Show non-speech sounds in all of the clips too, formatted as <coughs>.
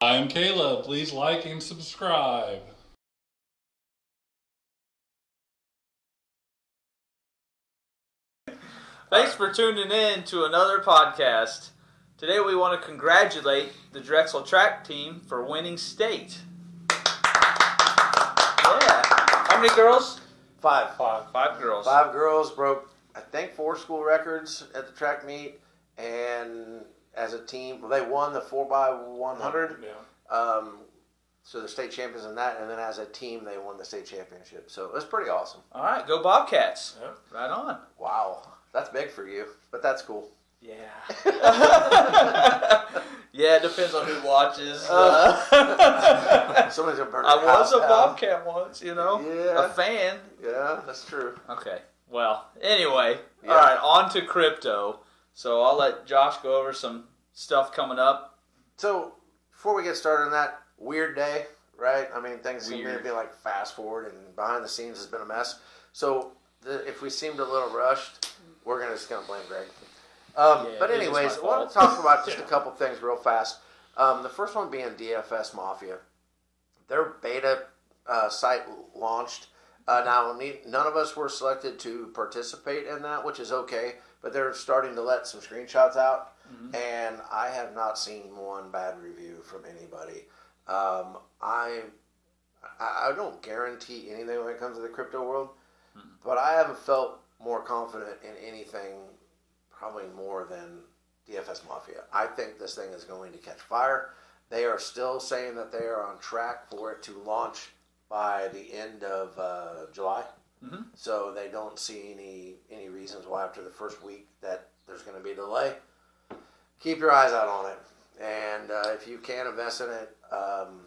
I'm Caleb. Please like and subscribe. Thanks for tuning in to another podcast. Today we want to congratulate the Drexel track team for winning state. Yeah. How many girls? Five. Five. Five girls. Five girls broke, I think, four school records at the track meet, and as a team, well, they won the four by one hundred. Um, so the state champions in that, and then as a team, they won the state championship. So it was pretty awesome. All right, go Bobcats. Yep. Right on. Wow, that's big for you, but that's cool. <laughs> Yeah. <laughs> yeah, it depends on who watches. Uh, <laughs> I Somebody's gonna burn. your was house a down. Bobcat once, you know? Yeah. A fan. Yeah, that's true. Okay. Well, anyway, Yeah. all right, on to crypto. So I'll let Josh go over some stuff coming up. So before we get started on that weird day, right? I mean, things seem to Weird. be like fast forward, and behind the scenes has been a mess. So the, if we seemed a little rushed, we're gonna just gonna blame Greg. Um, Yeah, but it is my anyways, I want to fault. talk about just Yeah. a couple things real fast. Um, the first one being DFS Mafia. Their beta uh, site launched. Mm-hmm. Uh, now, ne- none of us were selected to participate in that, which is okay. But they're starting to let some screenshots out, Mm-hmm. and I have not seen one bad review from anybody. Um, I I I don't guarantee anything when it comes to the crypto world, but I haven't felt more confident in anything probably more than DFS Mafia. I think this thing is going to catch fire. They are still saying that they are on track for it to launch by the end of uh, July. Mhm. So they don't see any any reasons why after the first week that there's going to be a delay. Keep your eyes out on it, and uh, if you can invest in it, um,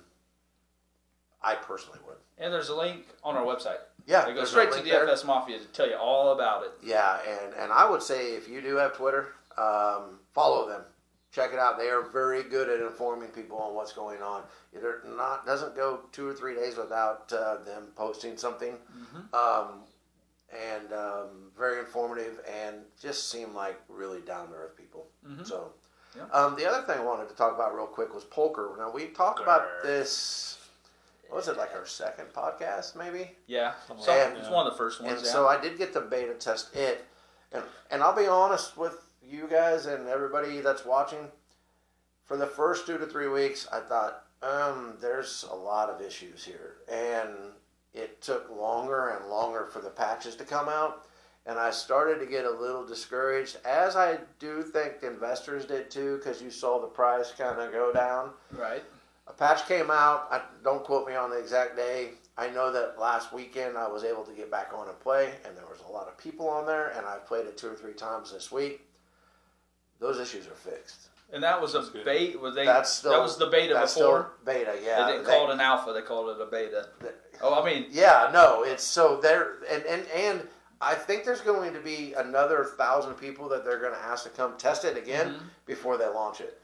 I personally would. And there's a link on our website. Yeah, It goes there's a straight to link there. DFS Mafia to tell you all about it. Yeah, and and I would say if you do have Twitter, um, follow them. Check it out. They are very good at informing people on what's going on. It are not doesn't go two or three days without uh, them posting something, um, and um, very informative and just seem like really down to earth people. So. Yeah. Um, the other thing I wanted to talk about real quick was poker. Now we talked about this. What was it like our second podcast, maybe? Yeah. Something So like it's that. one of the first ones. And yeah. so I did get the beta test it, and and I'll be honest with you guys and everybody that's watching. For the first two to three weeks, I thought, um, there's a lot of issues here, and it took longer and longer for the patches to come out, and I started to get a little discouraged, as I do think investors did too, because you saw the price kind of go down right. a patch came out. I, don't quote me on the exact day. I know that last weekend I was able to get back on and play, and there was a lot of people on there, and I've played it two or three times this week. Those issues are fixed. And that was a That's good. beta. Was they? that's still that was the beta that's before. Still beta, yeah. they didn't call it an alpha. They called it a beta. they- Oh, I mean, yeah, no, it's so there, and and and I think there's going to be another thousand people that they're going to ask to come test it again Mm-hmm. before they launch it.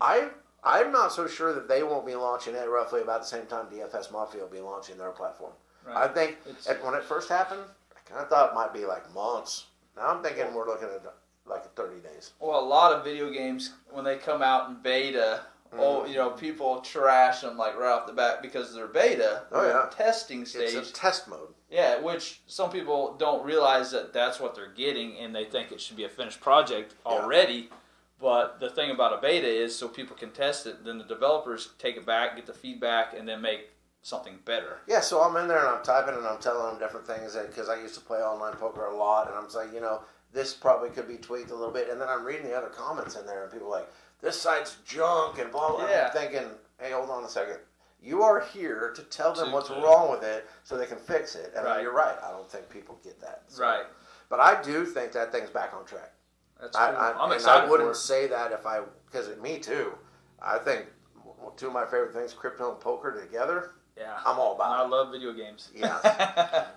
I I'm not so sure that they won't be launching it roughly about the same time DFS Mafia will be launching their platform. I Right. think It's- at, when it first happened, I kind of thought it might be like months. Now I'm thinking we're looking at like 30 days. well, a lot of video games when they come out in beta, Mm. oh, you know, people trash them like right off the bat because they're beta. Oh, they're yeah. in Testing stage. It's a test mode. Yeah, which some people don't realize that that's what they're getting, and they think it should be a finished project already. But the thing about a beta is, so people can test it, then the developers take it back, get the feedback, and then make something better. Yeah, so I'm in there and I'm typing and I'm telling them different things because I used to play online poker a lot and I'm saying, you know, this probably could be tweaked a little bit. And then I'm reading the other comments in there and people are like, this site's junk and blah, blah. And Yeah. I'm thinking, hey, hold on a second. You are here to tell them To- what's to- wrong with it so they can fix it. And Right. you're right. I don't think people get that. So- Right. But I do think that thing's back on track. That's cool. I, I, I, am and excited I for wouldn't it. say that if I, because me too. I think w- two of my favorite things, crypto and poker together. Yeah. I'm all about And I it. love video games. <laughs> Yeah.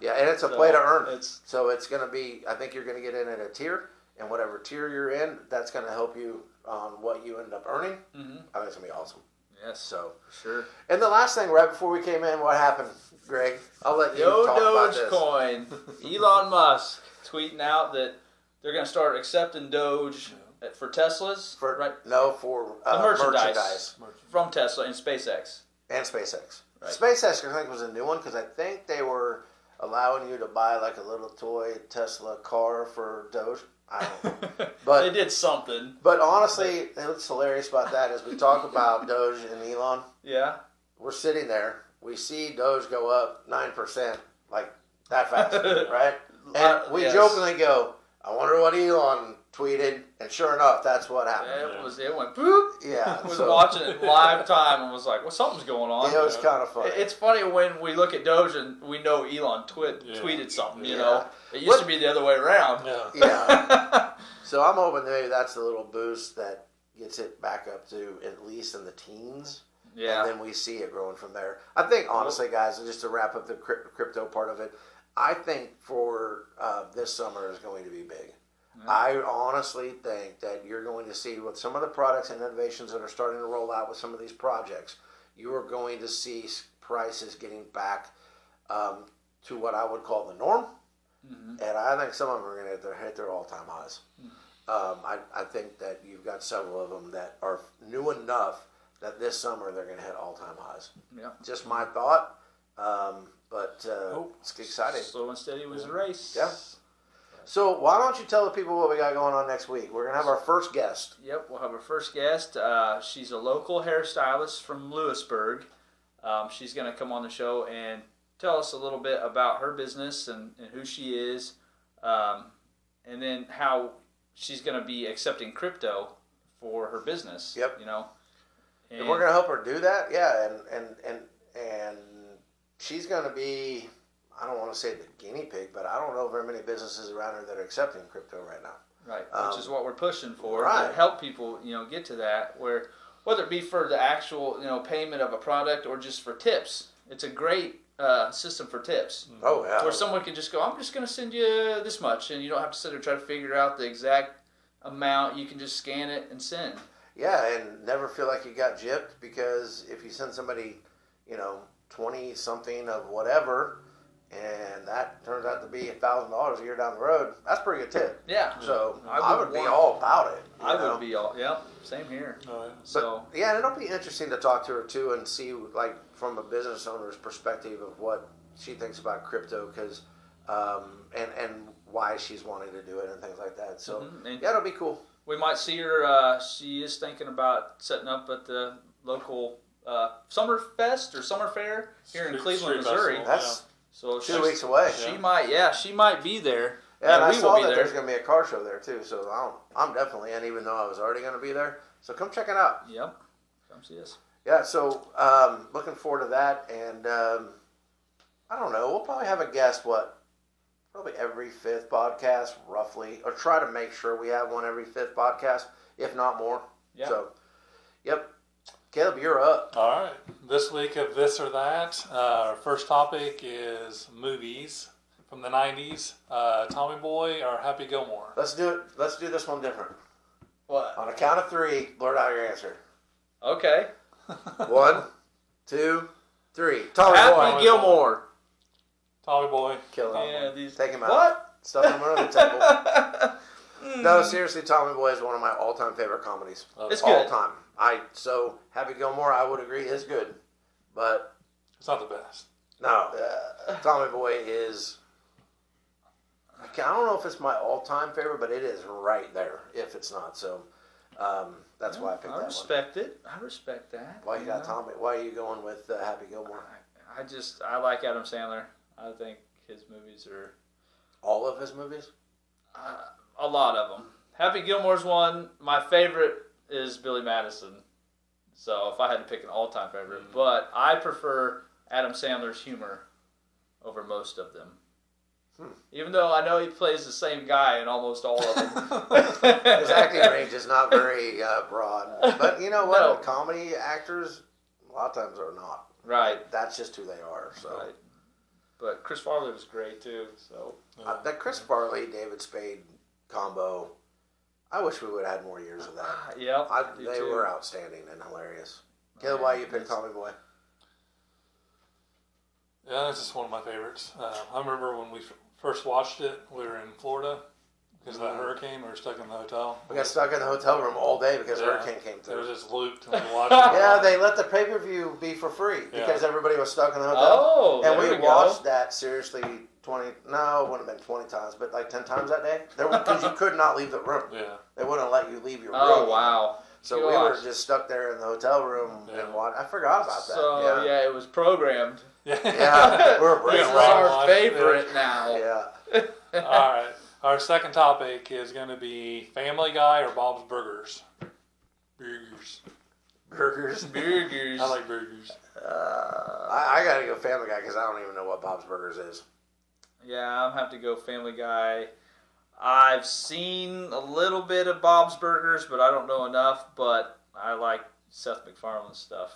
Yeah, and it's a play to So, earn. it's- so it's going to be. I think you're going to get in at a tier, and whatever tier you're in, that's going to help you on what you end up earning. Mm-hmm. I think it's going to be awesome. yes. So, sure. and the last thing right before we came in, what happened, Greg? I'll let you Yo talk about this. <laughs> Dogecoin. Elon Musk tweeting out that they're going to start accepting Doge for Teslas, For right? no for uh, The merchandise. merchandise. From Tesla and <laughs> SpaceX. and SpaceX. Right. SpaceX I think was a new one because I think they were allowing you to buy like a little toy Tesla car for Doge. I don't <laughs> know. But- they did something. But honestly, what's hilarious about that is we talk about Doge and Elon. Yeah. We're sitting there. We see Doge go up nine percent, like <laughs> that fast, right? Uh, And we yes. jokingly go, "I wonder what Elon tweeted." And sure enough, that's what happened. It was it went <laughs> boop. Yeah, I <laughs> was so watching it live time and was like, well, something's going on. it was kind of funny. It- It's funny when we look at Doge and we know Elon twit, Yeah. tweeted something. You Yeah. know, it used What- to be the other way around. Yeah. <laughs> yeah. So I'm hoping that maybe that's the little boost that gets it back up to at least in the teens. yeah. and then we see it growing from there. I think, honestly, guys, just to wrap up the cryp- crypto part of it, I think for uh, this summer is going to be big. I honestly think that you're going to see with some of the products and innovations that are starting to roll out with some of these projects, you are going to see s- prices getting back um, to what I would call the norm. And I think some of them are going to hit their, hit their all time highs. Um, I, I think that you've got several of them that are new enough that this summer they're going to hit all time highs. yeah. Just my thought, um, but uh, Oh. it's exciting. Slow and steady was the race. Yeah. So why don't you tell the people what we got going on next week? We're going to have our first guest. Yep, we'll have our first guest. Uh, she's a local hairstylist from Lewisburg. Um, she's going to come on the show and tell us a little bit about her business and, and who she is, um, and then how she's going to be accepting crypto for her business. Yep. You know, and, If we're going to help her do that, yeah, and and and and she's going to be. I don't want to say the guinea pig, but I don't know very many businesses around her that are accepting crypto right now. right, um, which is what we're pushing for. right. To help people, you know, get to that where whether it be for the actual you know payment of a product or just for tips, it's a great uh, system for tips. Oh yeah, where someone can just go, I'm just going to send you this much, and you don't have to sit there try to figure out the exact amount. You can just scan it and send. Yeah, and never feel like you got gypped because if you send somebody, you know, twenty something of whatever, and that turns out to be a thousand dollars a year down the road, that's a pretty good tip. Yeah, So I I would, would be want- all about it. you I know? would be all. Yep, same here. Oh, yeah. So But, yeah, and it'll be interesting to talk to her too and see like from a business owner's perspective of what she thinks about crypto because um, and and why she's wanting to do it and things like that. So Mhm, and- yeah, it'll be cool. we might see her. Uh, she is thinking about setting up at the local uh, summer fest or summer fair here in Street- Cleveland, street Missouri. festival. That's So two she's- weeks away. She Yeah. might. Yeah, she might be there. Yeah, and and I we saw will that be there's there. going to be a car show there too, so I don't, I'm definitely in, even though I was already going to be there. So come check it out. Yep, come see us. Yeah, so um, looking forward to that, and um, I don't know. We'll probably have a guest. What? Probably every fifth podcast, roughly, or try to make sure we have one every fifth podcast, if not more. Yeah. So, yep. Caleb, you're up. All right. This week of this or that, uh, our first topic is movies from the 90s uh, Tommy Boy or Happy Gilmore? Let's do it. Let's do this one different. What? On a count of three, blurt out your answer. Okay. <laughs> One, two, three. Tommy Happy Boy. Gilmore. Tommy Boy. Kill him. Yeah, these. Take him out. What? Stuff him under the <laughs> table. No, seriously, Tommy Boy is one of my all-time favorite comedies. Mm-hmm. It's all good. time. I so Happy Gilmore, I would agree, is good, but It's not the <laughs> best. no, Uh. Tommy Boy is. I ca- I don't know if it's my all-time favorite, but it is right there. If it's not, so um, that's why I picked I that respect it. I respect that. one. Why you got know? Tommy? Why are you going with uh, Happy Gilmore? I just I like Adam Sandler. I think his movies are All of his movies? uh, a lot of them. Happy Gilmore's one. My favorite is Billy Madison. So if I had to pick an all-time favorite, Mm. but I prefer Adam Sandler's humor over most of them. Hmm. Even though I know he plays the same guy in almost all of <laughs> them. <laughs> His acting range is not very uh, broad, <laughs> but you know what? No. Comedy actors, a lot of times, are not. Right. That's just who they are. So. Right. But Chris Farley was great too. <sighs> So Uh, that Chris Farley David Spade combo. I wish we would have had more years <laughs> of that. yeah, I, they were outstanding and hilarious. Caleb, why you picked Tommy Boy? Um, Yeah, it's just one of my favorites. Uh, I remember when we f- first watched it, we were in Florida, because of that Mm-hmm. hurricane. We were stuck in the hotel. We got stuck in the hotel room all day because Yeah. hurricane came It was through. just looped <laughs> and we watched. it. Yeah, they let the pay per view be for free because everybody was stuck in the hotel. Oh, and there we we watched go. that seriously twenty. No, it wouldn't have been twenty times, but like ten times that day. There because you could not leave the room. yeah. They wouldn't let you leave your room. Oh wow. So we Gosh. were just stuck there in the hotel room Yeah. and watch. I forgot about that. So yeah. yeah. it was programmed. Yeah. <laughs> Yeah, <laughs> we're This brave. is Yeah, right. our watched it. favorite now. Yeah. <laughs> All right. Our second topic is going to be Family Guy or Bob's Burgers. Burgers. Burgers. Burgers. I like burgers. Uh, I, I gotta go Family Guy because I don't even know what Bob's Burgers is. Yeah, I'm have to go Family Guy. I've seen a little bit of Bob's Burgers, but I don't know enough. But I like Seth MacFarlane's stuff.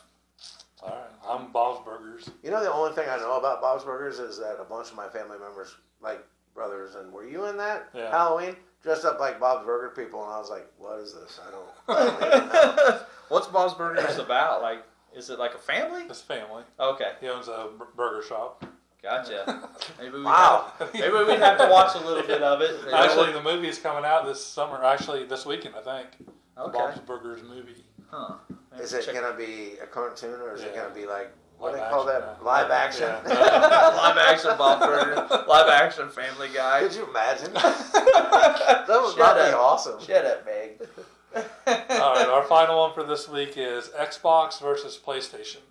All right. I'm Bob's Burgers. You know, the only thing I know about Bob's Burgers is that a bunch of my family members, like brothers, and were you in that Yeah. Halloween dressed up like Bob's Burger people? And I was like, what is this? I <laughs> don't. I don't even know. What's Bob's Burgers about? Like, is it like a family? His family. Okay, He owns a b- burger shop. <laughs> gotcha. Maybe we Wow. Have, maybe we have to watch a little bit of it. Actually, the movie is coming out this summer. Actually, this weekend, I think. The okay. Bob's Burgers movie. <laughs> Huh. Maybe Is we it check- gonna be a cartoon or is it Yeah. gonna be like what do Live they call action, that? yeah. Live action. Yeah. <laughs> <laughs> live action Bob Burger? Live action Family Guy? <laughs> Could you <laughs> imagine? that would Shut probably be up. awesome. Shut up, Meg. All right. Our final one for this week is Xbox versus PlayStation.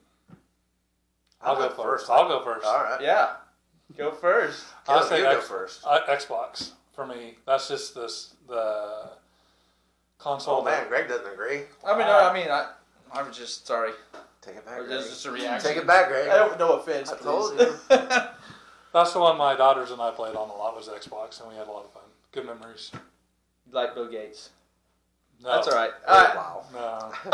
I'll I'm go up first. I'll go first. All <laughs> right. Yeah, go first. I'll Caleb, say you go X- first. Uh, Xbox for me. That's just this the console. Oh man, that- Greg doesn't agree. I mean, no, Uh, I mean, I, I'm just sorry. Take it back. It Greg. was just a reaction. Take it back, Greg. I don't, no offense. I told please. That's the one my daughters and I played on a lot was Xbox, and we had a lot of fun. Good memories. <laughs> like Bill Gates. No, That's all right. Oh, All right. wow. No, <laughs>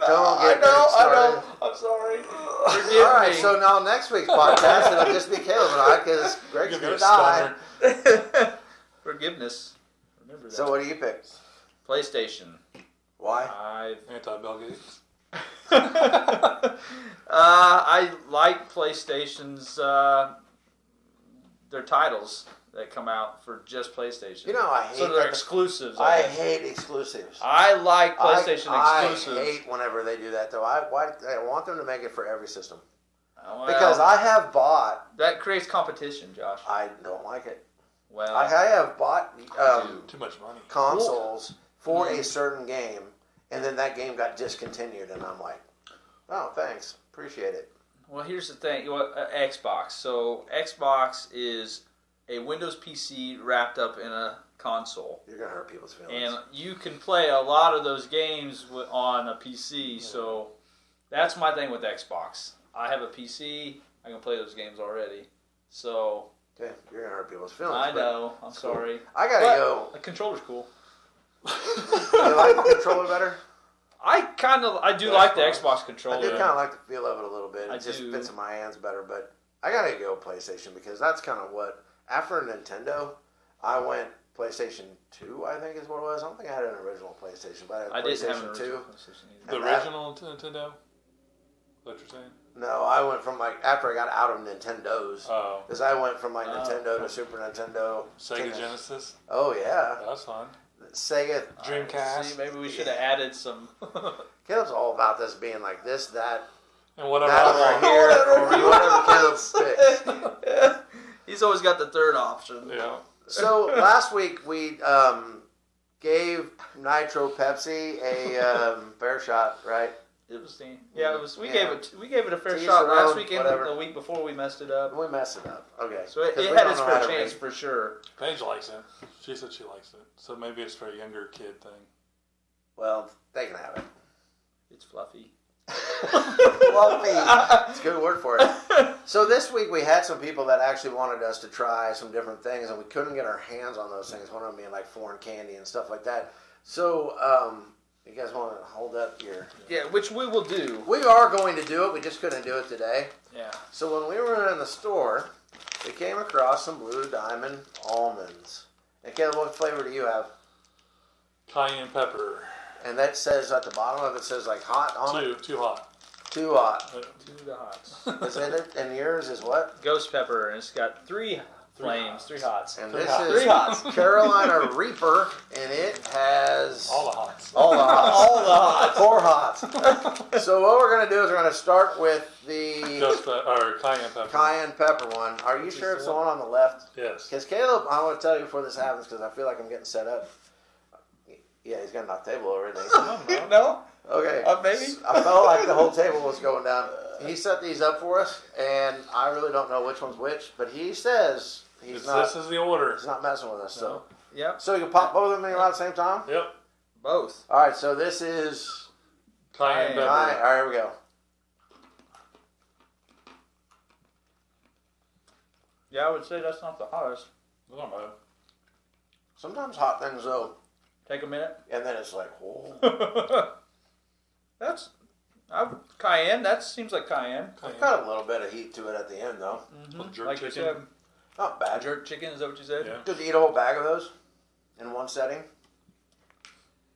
Don't get I know, Greg I know. I'm sorry. <laughs> Forgive All right, me. so now next week's podcast it'll just be Caleb and I <laughs> because Greg's Give me gonna a die. stunner. Forgiveness. Remember that. So what do you pick? PlayStation. Why? I. Anti Bill Gates. <laughs> uh, I like PlayStation's uh, their titles that come out for just PlayStation. You know I hate. so they're that- exclusives. I guess. hate exclusives. I like PlayStation I, exclusives. I hate whenever they do that though. I why I want them to make it for every system Well, because I have bought. that creates competition, Josh. I don't like it. Well, I, I have bought um, Too much money. consoles for a certain game, and then that game got discontinued, and I'm like, oh, thanks, appreciate it. well, here's the thing. Well, uh, Xbox. So Xbox is a Windows PC wrapped up in a console, You're gonna hurt people's feelings. and you can play a lot of those games wi- on a PC. So that's my thing with Xbox. I have a PC. I can play those games already. So okay, you're gonna hurt people's feelings. I but know. I'm sorry. I gotta But go. <laughs> The controller's <laughs> cool. You like the controller better? I kind of I do The like the Xbox. Xbox I do controller. kind of like the feel of it a little bit. It I just do. fits in my hands better, but I gotta go PlayStation because that's kind of what after Nintendo, I went PlayStation Two. I think is what it was. I don't think I had an original PlayStation, but I had I didn't have an PlayStation original Two. PlayStation either. The And that- original Nintendo. What you're saying? No, I went from like after I got out of Nintendo's. Oh, Because I went from like Oh. Nintendo to Super Nintendo. Sega Genesis. Oh yeah, That's fun. Sega. Dreamcast. See, maybe we should have added some. <laughs> Caleb's all about this being like this, that, And whatever that I over want. here, or Whatever he whatever Caleb wants. picks. <laughs> He's always got the third option. Yeah. So <laughs> last week we um, gave Nitro Pepsi a um, fair shot, right? It was the- yeah, it was. We Yeah. gave it. We gave it a fair Tease shot last around, weekend. whatever. The week before, we messed it up. We messed it up. Okay. So it, 'Cause it we had don't its know how fair to chance rate. for sure. Paige likes it. She said she likes it. So maybe it's for a younger kid thing. Well, they can have it. <laughs> It's fluffy. Fluffy. It's a good word for it. So this week we had some people that actually wanted us to try some different things, and we couldn't get our hands on those things. One of them being like foreign candy and stuff like that. So um, you guys want to hold up your? <laughs> Yeah, which we will do. We are going to do it. We just couldn't do it today. Yeah. So when we were in the store, we came across some blue diamond almonds. And Caleb, what flavor do you have? Cayenne pepper. And that says at the bottom of it says like hot on it, Too too hot. too hot. To the hots. <laughs> Is in it? And yours is what? Ghost pepper, and it's got three flames, hots. three hots. And Three this hots. is Three hots. Carolina Reaper, and it has All the hots. all the hots. All the hots. Four hots. <laughs> <laughs> so what we're gonna do is we're gonna start with the Just the, or cayenne pepper. cayenne pepper one. Are you sure it's the one on the left? Yes. Because Caleb, I want to tell you before this happens because I feel like I'm getting set up. Yeah, he's got an table already. no? Okay. Uh, maybe? S- I felt like the whole table was going down. He set these up for us, and I really don't know which one's which, but he says he's This, not this is the order. he's not messing with us. So, Yep. so you can pop both of them in at the same time. Yep. Both. All right. So this is Cayenne all pepper. right. All right here we go. Yeah, I would say that's not the hottest. I don't know. Sometimes hot things though, Take a minute. and then it's like, oh, whoa. <laughs> that's I, cayenne. That seems like cayenne. Cayenne. got a little bit of heat to it at the end though. With jerk like you said, chicken. Not bad. jerk chicken. Is that what you said? Yeah. Could you eat a whole bag of those in one setting?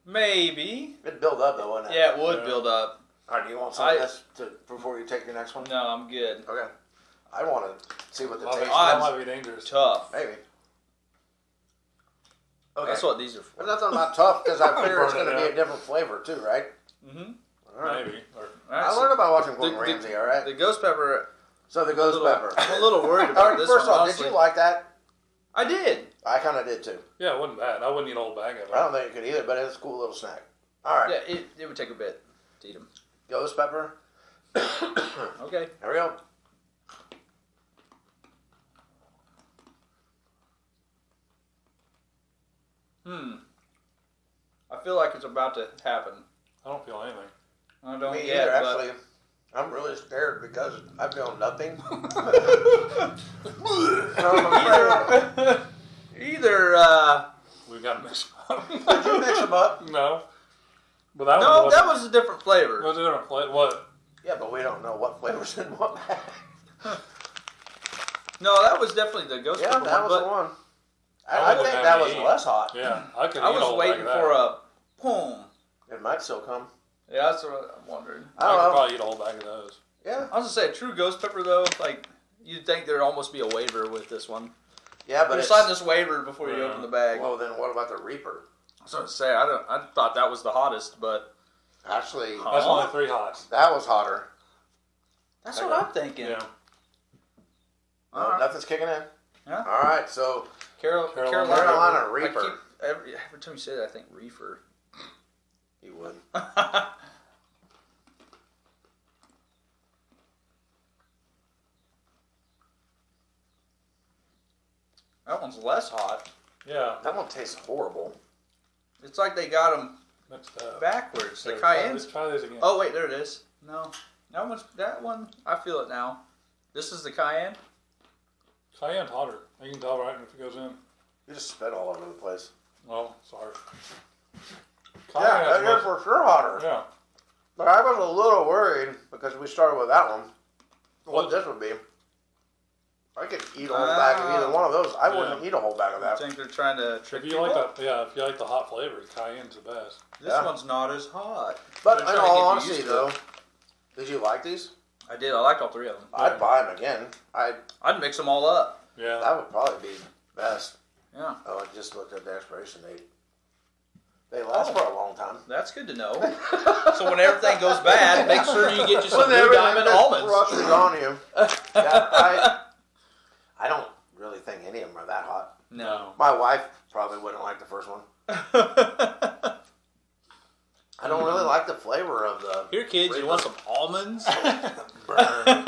Maybe. It'd build up though, wouldn't it? Yeah, it would Yeah. build up. All right. Do you want some of I- this to, before you take your next one? No, I'm good. Okay. I want to see what the Might be- taste. That Odds. might be dangerous. Tough. Maybe. Okay. That's what these are for. There's nothing about tough <laughs> because I figure it's Burn it going to be a up. different flavor too, right? Mm-hmm. All right. Maybe. Or I learned about watching Gordon The- the- Ramsay. All right. the ghost pepper. so the a ghost little- pepper. I'm a little worried <laughs> All about right. this. First one, off, did honestly. you like that? I did. I kind of did too. yeah, it wasn't bad. I wouldn't eat a whole bag of it. I don't think you could either, but it's a cool little snack. All right. Yeah, it, it would take a bit to eat them. Ghost pepper. <coughs> Okay. There we go. Hmm. I feel like it's about to happen. I don't feel <laughs> anything. I don't Me yet, either, but- actually. I'm really scared because I feel <laughs> nothing. <laughs> So I'm afraid- either, <laughs> either uh, We got to mix up. <laughs> Did you mix them up? no. But that no, one that was a different It flavor. was a different plate. What? Yeah, but we don't know what flavors in what <laughs> bag. No, that was definitely the ghost Yeah, pepper one. that was the But one. I I, I wouldn't think have that to was eat. less hot. Yeah, I could I eat a was whole bag of waiting that. for a boom. It might still come. Yeah, that's what I'm wondering. I I don't could know. probably eat a whole bag of those. Yeah, I was gonna say a true ghost pepper though, like you'd think there'd almost be a waiver with this one. yeah, But but you it's, sign this waiver before you Yeah. open the bag. well, then what about the Reaper? I was gonna say I don't. I thought that was the hottest, but Actually, Huh. That's Uh-huh. only three hots. that was hotter. that's Okay. what I'm thinking. Yeah. No, All right. Nothing's kicking in. Yeah. All right, Uh, so Carol, Carolina- Carolina, Carolina I Reaper. keep- every, every time you say that, I think reefer. you would. <laughs> That one's less hot. Yeah. That one tastes horrible. It's like they got them Mixed up. backwards. The Here, try cayennes. this- Try these again. Oh wait, there it is. No, that one's that one. I feel it now. This is the cayenne. Cayenne's hotter. You can tell right if it goes in. You just spit all over the place. Oh, sorry. yeah, Cayenne's that is much- for sure hotter. yeah. But I was a little worried because we started with that one. What this would be. I could eat a whole Uh, bag of either one of those. I wouldn't Yeah. eat a whole bag of I that. think they're trying to trick If you like the yeah, if you like the hot flavor, cayenne's the best. This Yeah. one's not as hot. But They're in trying to all get you honesty, used though, to did you like these? I did. I liked all three of them. Yeah. I'd buy them again. I I'd mix them all up. Yeah. that would probably be best. Yeah, Oh, I just looked at the expiration date. They last Oh. for a <laughs> long time. that's good to know. <laughs> so when everything goes bad, make sure you get you some blue diamond almonds. crushes on you. Yeah, <laughs> I, I don't really think any of them are that hot. No. My wife probably wouldn't like the first one. I don't really like the flavor of the Here, kids, you want some almonds? burn.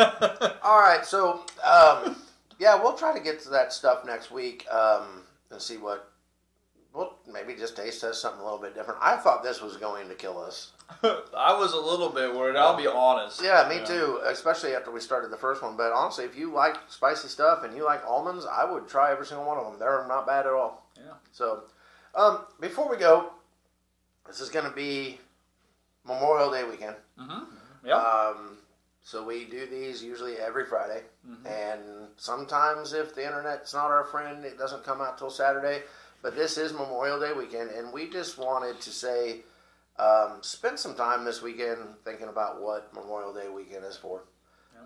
All right, so um, yeah, we'll try to get to that stuff next week um, and see what. Well, maybe just taste test something a little bit different. I thought this was going to kill us. I was a little bit worried. I'll be honest. Yeah, me Yeah. too. Especially after we started the first one. But honestly, if you like spicy stuff and you like almonds, I would try every single one of them. They're not bad at all. Yeah. So, um, before we go, this is going to be Memorial Day weekend. Mm-hmm. Yeah. Um, so we do these usually every Friday, and sometimes if the internet's not our friend, it doesn't come out till Saturday. But this is Memorial Day weekend, and we just wanted to say, um, spend some time this weekend thinking about what Memorial Day weekend is for.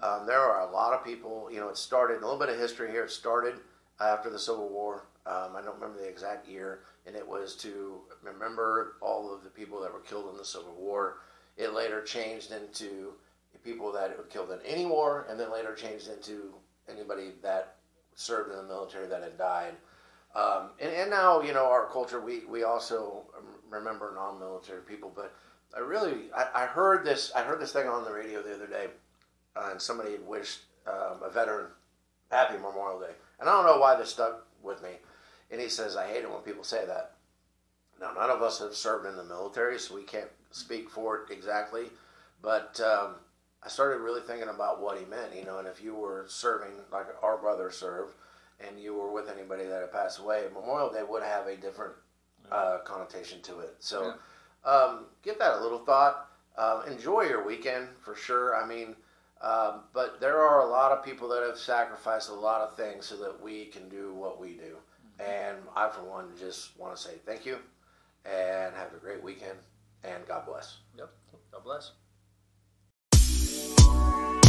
Um, there are a lot of people. You know, it started a little bit of history here. It started after the Civil War. Um, I don't remember the exact year, and it was to remember all of the people that were killed in the Civil War. It later changed into people that were killed in any war, and then later changed into anybody that served in the military that had died. Um, and, and now, you know, our culture, we, we also remember non-military people, but I really, I, I heard this, I heard this thing on the radio the other day, uh, and somebody had wished um, a veteran happy Memorial Day. And I don't know why this stuck with me. And he says, I hate it when people say that. Now, none of us have served in the military, so we can't speak for it exactly. But um, I started really thinking about what he meant, you know, and if you were serving, like our brother served, and you were with anybody that had passed away, Memorial Day would have a different uh, connotation to it. So um, give that a little thought. Um, enjoy your weekend for sure. I mean, um, but there are a lot of people that have sacrificed a lot of things so that we can do what we do. And I, for one, just want to say thank you and have a great weekend and God bless. Yep. God bless.